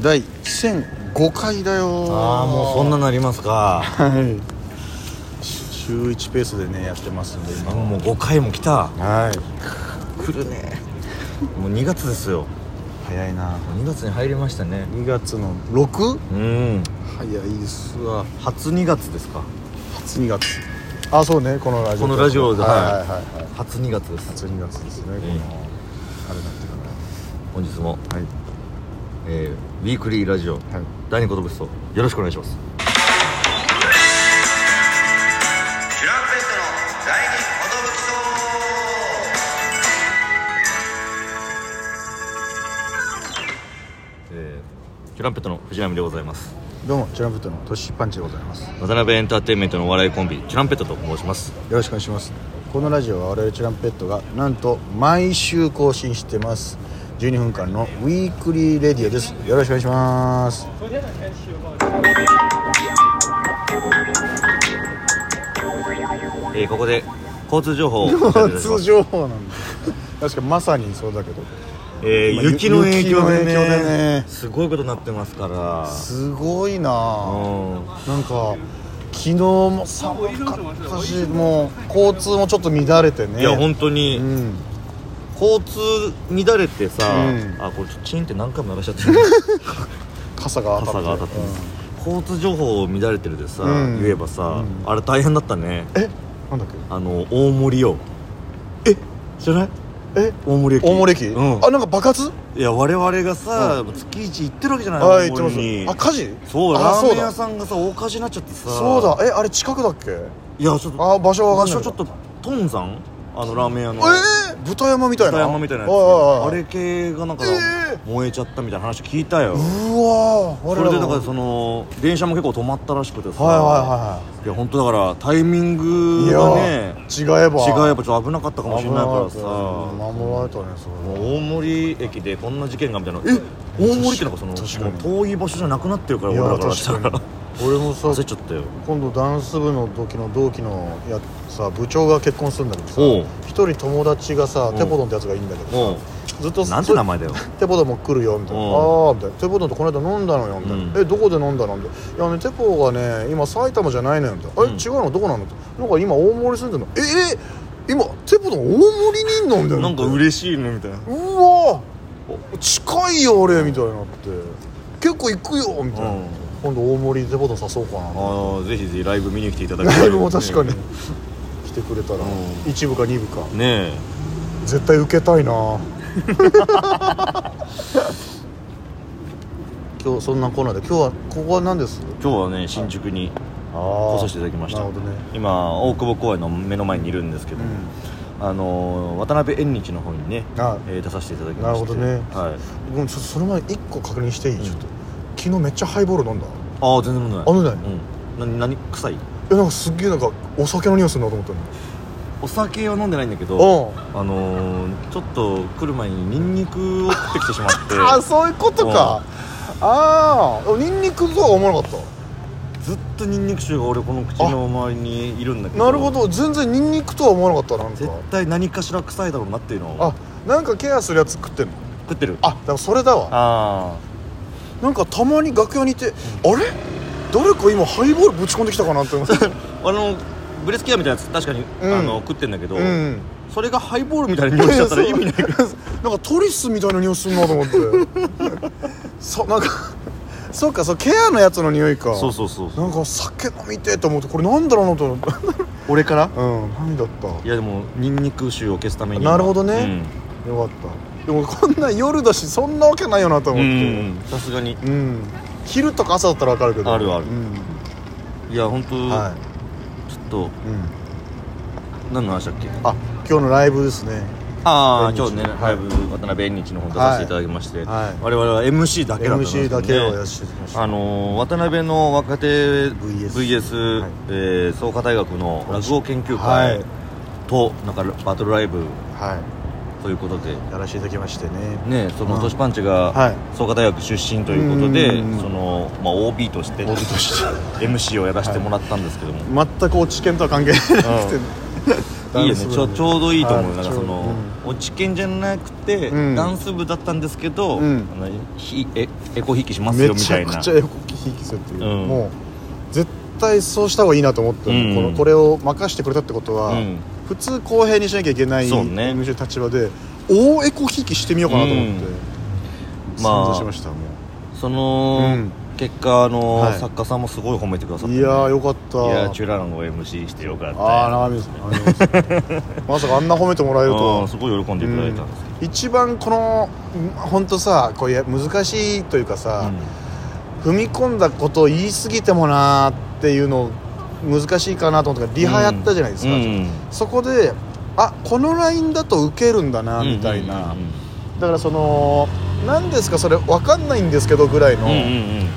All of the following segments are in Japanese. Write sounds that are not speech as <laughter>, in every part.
第1005回だよああもうそんななりますかはい週1ペースでねやってますんで今もう5回も来たはい来るねもう2月ですよ早いな2月に入りましたね2月の 6? うん早いっすわ初2月ですか初2月あそうねこのラジオこのラジオでではいはいはいはい、はい、初2月です初2月ですねこの、ええあれなって本日も、からはいえー、ウィークリーラジオはい第2ことぶしとよろしくお願いしますチュランペットの第二ほどぶきえー、トランペットの藤波でございますどうもチュランペットのトシパンチでございますよ渡辺エンターテインメントのお笑いコンビトランペットと申しますろしくお願いしますこのラジオは我々チュランペットがなんと毎週更新してます12分間のウィークリーレディオですよろしくお願いしますえー、ここで交通情報をお伝えいたします通 <laughs> 情報なんだ確かまさにそうだけどえまーあ雪の影響でね雪の影響でねすごいことになってますからすごいなあうんなんか昨日も寒かったしもう交通もちょっと乱れてねいや本当に、うん交通乱れてさ、うんあこれちょチンって何回も鳴らしちゃって <laughs> る傘が当た傘ってが当たってます、交通情報乱れてるでさ、うん言えばさ、あれ大変だったねうんえなんだっけあの大森よえ知らないえ大森駅大森駅、うんあなんか爆発いや我々がさ、月一行ってるわけじゃないあ言大ってます森にあ火事そうあラーメそうン屋ださんがさ大火事になっちゃってさそうだえあれ近くだっけいやちょっとあ場所わかん場ない所ちょっと頓山あのラーメン屋のえー、豚山みたいな北山みたいなやつおいおいおいあれ系がなんかえ燃えちゃったみたいな話聞いたようわーそ我れらではだからその電車も結構止まったらしくてさはいはいや本当だからタイミンいはいいグがやねー違えば違うやっぱちょっと危なかったかもしれないからさうん守られたねそもれう大森駅でこんな事件がみたいなえ大森ってなんかその確かにもう遠い場所じゃなくなってるからい俺やらからした確からに俺もさ <laughs> 焦っちゃったよ今度ダンス部の時の同期のやさ部長が結婚するんだけおどうさ一人友達がさんテポドンってやつがいいんだけどもさずっとうなんて名前前だよテポドンも来るよみたいな「あうんあ」みたいな「テポドンとこの間飲んだのよ」みたいな「うんえどこで飲んだの?」みたいな「いやねテポがね今埼玉じゃないのよ」みたいな「え、うん違うのどこなの?」って「なんか今大森住んでんのええ今テポドン大森にいんの?」みたいななんか嬉しいねみたいなうわ近いよ俺みたいになって結構行くよみたいな、うん今度大森でボトン誘おうかな <laughs> ああぜひぜひライブ見に来ていただきたいライブも確かに来てくれたら、ん一部か二部かねえ絶対受けたいな <laughs> 今日そんなコーナーで今日はここは何です今日はね新宿にあ来させていただきましたなるほどね、今大久保公園の目の前にいるんですけど、あのー渡辺縁日の方にね、あえー出させていただきましてなるほはい、うん、ごめんちょっとその前に一個確認していい、ちょっと昨日めっちゃハイボール飲んだああ全然飲んでないあ飲んでなうん、な何臭いえなんかすっげえなんかお酒の匂いするなと思ったのお酒は飲んでないんだけどうんあのーちょっと来る前にニンニクを食ってきてしまって <laughs> あそういうことかああニンニクとは思わなかったずっとニンニク臭が俺この口の周りにいるんだけどなるほど全然ニンニクとは思わなかったなん絶か対何かしら臭いだろうなっていうのをあなんかケアするやつ食ってんの食ってるあでもそれだわあなんかたまに楽屋にいてあれ誰か今ハイボールぶち込んできたかなって <laughs> 思ってーあのブレスケアみたいなやつ確かに、うんあの食ってんだけど、うんそれがハイボールみたいな匂いしちゃったら意味ない <laughs> なんかトリスみたいな匂いするなと思って <laughs> そなんかそうかそうケアのやつの匂いかそうそうそうそうなんか酒飲みてえと思ってこれなんだろうなと <laughs> 思って俺からうん何だったいやでもニンニク臭を消すためになるほどねよかったでもこんな夜だしそんなわけないよなとうん思ってうんさすがにうん、昼とか朝だったらわかるけどあるあるうんいや本当、はちょっとい、うん、何の話だっけあ今日のライブですねああ縁日今日ねライブ渡辺縁日の方出させていただきまして、はいはい我々は MC だけだったんですけ MC どだねけをやらせていただきましたあのー渡辺の若手 VS はいえー創価大学の落語研究は会いと、なんかバトルライブはということでいやらせていただきましてねねそのうんトシパンチはいが創価大学出身ということで、うんその、まあ、OB として MC をやらせてもらったんですけども、全く落ち見とは関係なくて、<laughs> ういいよねちょちょうどいいと思うなんかそあの、落ち券じゃなくて、うんダンス部だったんですけど、うんあのひえエコひいきしますめよみちたゃいなくちゃエコひいきするっていう、うんもう絶対そうした方がいいなと思って、うんこのこれを任してくれたってことは、うん普通公平にしなきゃいけないそうね MC の立場で大エコひいきしてみようかなと思って、うんまあ散々しましたもその、うん結果あの、はい作家さんもすごい褒めてくださっうて、いやーよかったいやーチュラランを MC してよかったああ長見さんありがとうございます <laughs> まさかあんな褒めてもらえるとうはんすごい喜んでいただいたんですけど、一番この本当さこういう難しいというかさ、踏み込んだことを言い過ぎてもなーっていうの難しいかなと思ったからリハやったじゃないですか、うんうんそこであこのラインだとウケるんだなみたいな、うんうんだからその何ですかそれ分かんないんですけどぐらいの、うんうん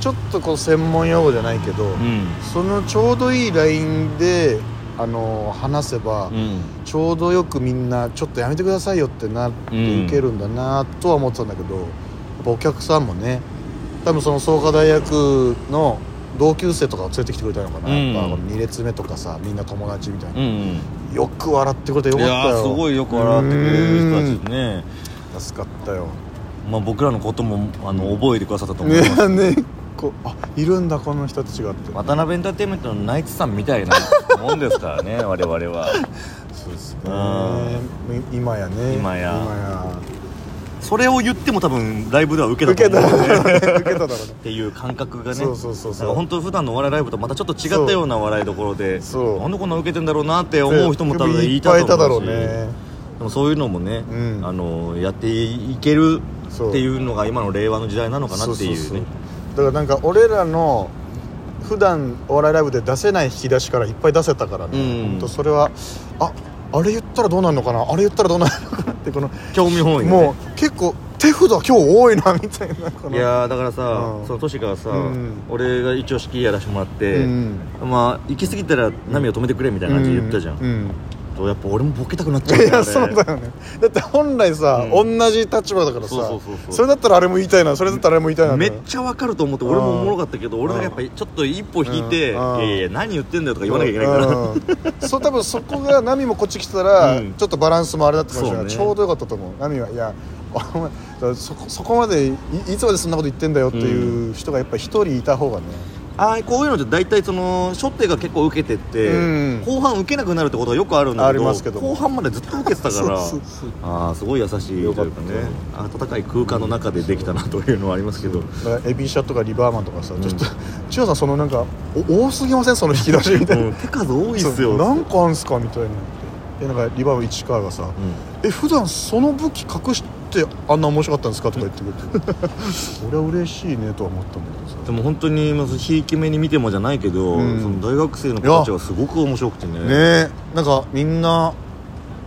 ちょっとこう専門用語じゃないけど、うんそのちょうどいいラインであの話せば、うんうんちょうどよくみんなちょっとやめてくださいよってなってうん受けるんだなとは思ってたんだけど、やっぱお客さんもね多分その創価大学の同級生とかを連れてきてくれたのかな、うんやっぱ2列目とかさみんな友達みたいな、うんよく笑ってくれてようんいかったよやーすごいよく笑ってくれる人たちですね、うん助かったよまあ、僕らのこともあの覚えてくださったと思いま <laughs> す、ねねこうあいるんだこの人たちがって、渡辺エンターテインメントのナイツさんみたいなもんですから <laughs> ね我々はそうですねう今やね今やそれを言っても多分ライブでは受け受たけとた思うんでだろうね受けただろ <laughs> うねっていう感覚がねそうそうそうそうなんか本当普段のお笑いライブとまたちょっと違ったような笑いどころでそうなんでこんな受けてんだろうなって思う人も多分いいっぱいいたただとろ思ううしねでもそういうのもね、うんあのやっていけるそうっていうのが今の令和の時代なのかなっていうねそそそだからなんか俺らの普段お笑いライブで出せない引き出しからいっぱい出せたからね、うんほんとそれはああれ言ったらどうなるのかなあれ言ったらどうなるのかなってこの、興味本位でねもう結構手札今日多いなみたいなこのいやーだからさ、うんそのトシがさ、うん俺が一応式やらせてもらって、うんまあ行き過ぎたら波を止めてくれみたいな感じで言ったじゃん、ううんとやっぱ俺もボケたくなっちゃいうやあれそうだよねだって本来さ、う同じ立場だからさそうそうそうそうれだったらあれも言いたいなそれだったらあれも言いたいなめっちゃわかると思って俺もおもろかったけど俺がやっぱりちょっと一歩引いて「いうんうんやいや何言ってんだよ」とか言わなきゃいけないからうんそう多分そこが波もこっち来てたら、うんちょっとバランスもあれだったかもしれない、そうちねょうどよかったと思う波はいや <laughs> お前だからそこそこまでいいつまでそんなこと言ってんだよっていう人がやっぱり一人いた方がね、ああこういうのって大体その初手が結構受けてって、うん後半受けなくなるってことがよくあるんだけどありますけども後半までずっと受けてたから <laughs> そうそうああすごい優しいというかね温かい空間の中でできたなというのはありますけど、だからエビシャとかリバーマンとかさ、ちょっと千代さんそのなんかお多すぎませんその引き出しみたいな、うん手数多 <laughs> いっすよそう <laughs> なんかあんすかみたいなでなんかリバーマン市川がさ、え普段その武器隠してあんな面白かったんですかとか言ってくれて <laughs> それは嬉しいねとは思ったんだけどさでも本当にまあひいき目に見てもじゃないけど、うんその大学生の子たちはすごく面白くてねねえなんかみんな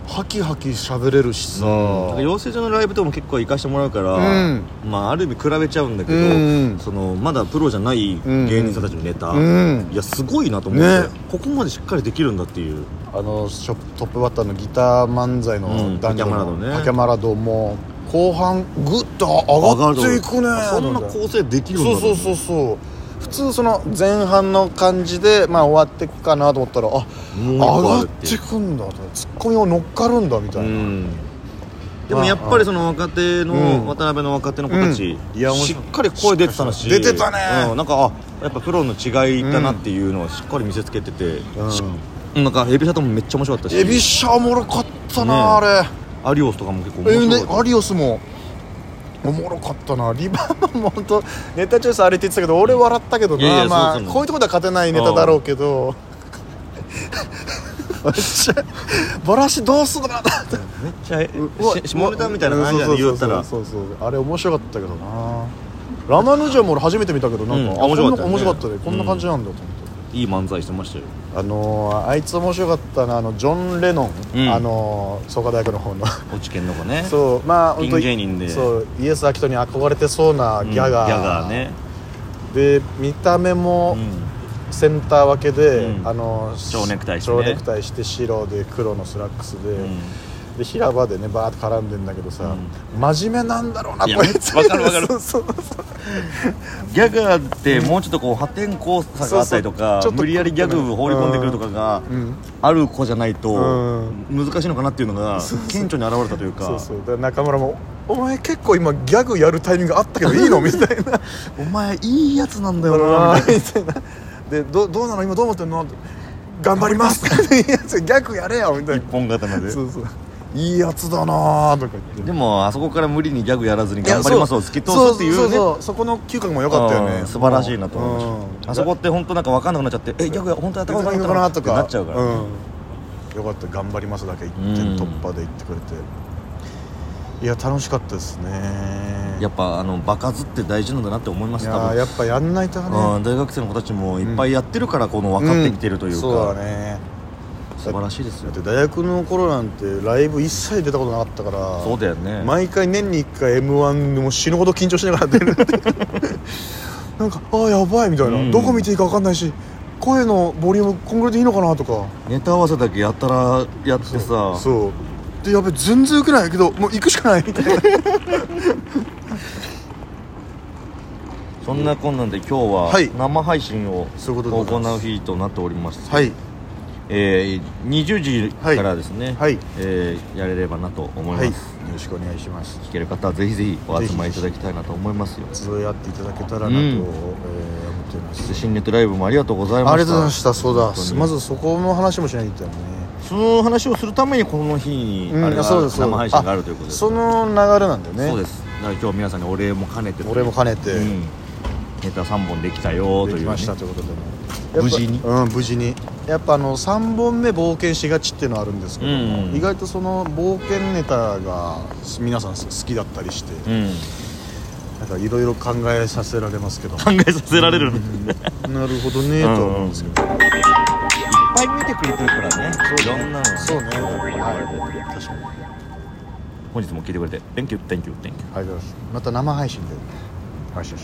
ハキハキ喋れるしうさ、ん、なんか養成所のライブとかも結構行かしてもらうから、うんまあ、ある意味比べちゃうんだけど、うんそのまだプロじゃない芸人さんたちのネタ、うんいやすごいなと思って、ねここまでしっかりできるんだっていうあのショップトップバッターのギター漫才うのん男女竹の山ラドね竹山ラドも後半グッと上がっていくねそんな構成できるんだそうそうそうそう普通その前半の感じでまあ終わっていくかなと思ったらあう上一個があっるっててくんだとツッコミを乗っかるんだみたいな、んでもやっぱりその若手うんの渡辺の若手の子たち、うんいや面し白いっかり声出てたし出てたねうん、なんかあやっぱプロの違いだなっていうのをしっかり見せつけてて、しなんかエビシャトもめっちゃ面白かったしエビシャおもろかったな、ねあれアリオスとかも結構面え白かねった、アリオスもおもろかったな <laughs> リバーマンも本当ネタ調査あれって言ってたけど俺笑ったけどな、いやいやまあそうそうこういうとこでは勝てないネタだろうけどめっちゃ <laughs> バラシどうすんのかなってめっちゃえし下ネタみたいな感じうでん言ったらそうそうそうそうそうあれ面白かったけどなラマヌジャンも俺初めて見たけどなんか、うんあ面白かったよねこんな面白かったねこんな感じなんだと思って、いい漫才してましたよあのーあいつ面白かったなあのジョン・レノン、うんあのー創価大学の方の落ち研の子ねそうまあピ本ン当に芸人でそうイエス・アキトに憧れてそうなうんギャガー、ギャガーね、で見た目もセンター分けで、うんあの蝶ネクタイしてね蝶ネクタイして白で黒のスラックスで、うんで平場でねバーって絡んでんだけどさ、真面目なんだろうないやこいつわかるわかるそう <laughs> そうそうギャガーってもうちょっとこう破天荒さがあったりとかそうそうちょっと無理やりギャグを放り込んでくるとかがうんある子じゃないとうん難しいのかなっていうのが顕著に現れたというかそうそうだから中村も「お前結構今ギャグやるタイミングあったけどいい <laughs> <laughs> の?」みたいなお前いいやつなんだだよろうななみたいみたいなでどどうなの今どう思ってんのって頑張り <laughs> ますってやつ逆やれよみたない一本刀なでそうそういいやつだなーとか言ってでもあそこから無理にギャグやらずに頑張りますを突き通すっていうそうそねうそうそこの嗅覚も良かったようねん素晴らしいなと思いましうんたあそこって本当なんか分かんなくなっちゃってえギャグ本当やったことどうなないのかのなかなととかかなっちゃうからうんよかった頑張りますだけ一うん点突破で言ってくれていや楽しかったですねやっぱあの場数って大事なんだなって思いまいすや多ー分やっぱやんないとねうん大学生の子たちもいっぱいやってるからこの分かってきてるといううんそうかだね素晴らしいですだよって大学の頃なんてライブ一切出たことなかったからそうだよね毎回年に1回 m 1でも死ぬほど緊張しながら出る <laughs> なんかああやばいみたいな、うんどこ見ていいか分かんないし声のボリュームこんぐらいでいいのかなとかネタ合わせだけやったらやってさそうでやべ全然ウケないけどもう行くしかないみたいなそんなこんなんで今日はいは生配信をそういうことでございます行う日となっておりますはいえー20時からですねはいはいえーやれればなと思いまはいよすろしくお願いします聞ける方はぜひぜひお集まりいただきたいなと思いますよ集い合っていただけたらなと、うんえー思っていますで新ネットライブもありがとうございましたありがとうございましたそうだ本当にまずそこの話もしないといけないんだよねその話をするためにこの日にあれがそうですそうです生配信があるということですその流れなんだよねそうですだから今日皆さんにお礼も兼ねて俺も兼ねて、うんネタ3本できたよとでいきうねましたということでね無事にやっぱうん無事にやっぱあの3本目冒険しがちっていうのはあるんですけども、うん意外とその冒険ネタが皆さん好きだったりして、うんなんかいろいろ考えさせられますけど <laughs> 考えさせられるねなるほどねとは思うんですけど、いっぱい見てくれてるからねいろんなのがねそうねはいはい確かにあ本日も聞いてくれて Thank you, thank you, thank りがと you うございますまた生配信でよしよし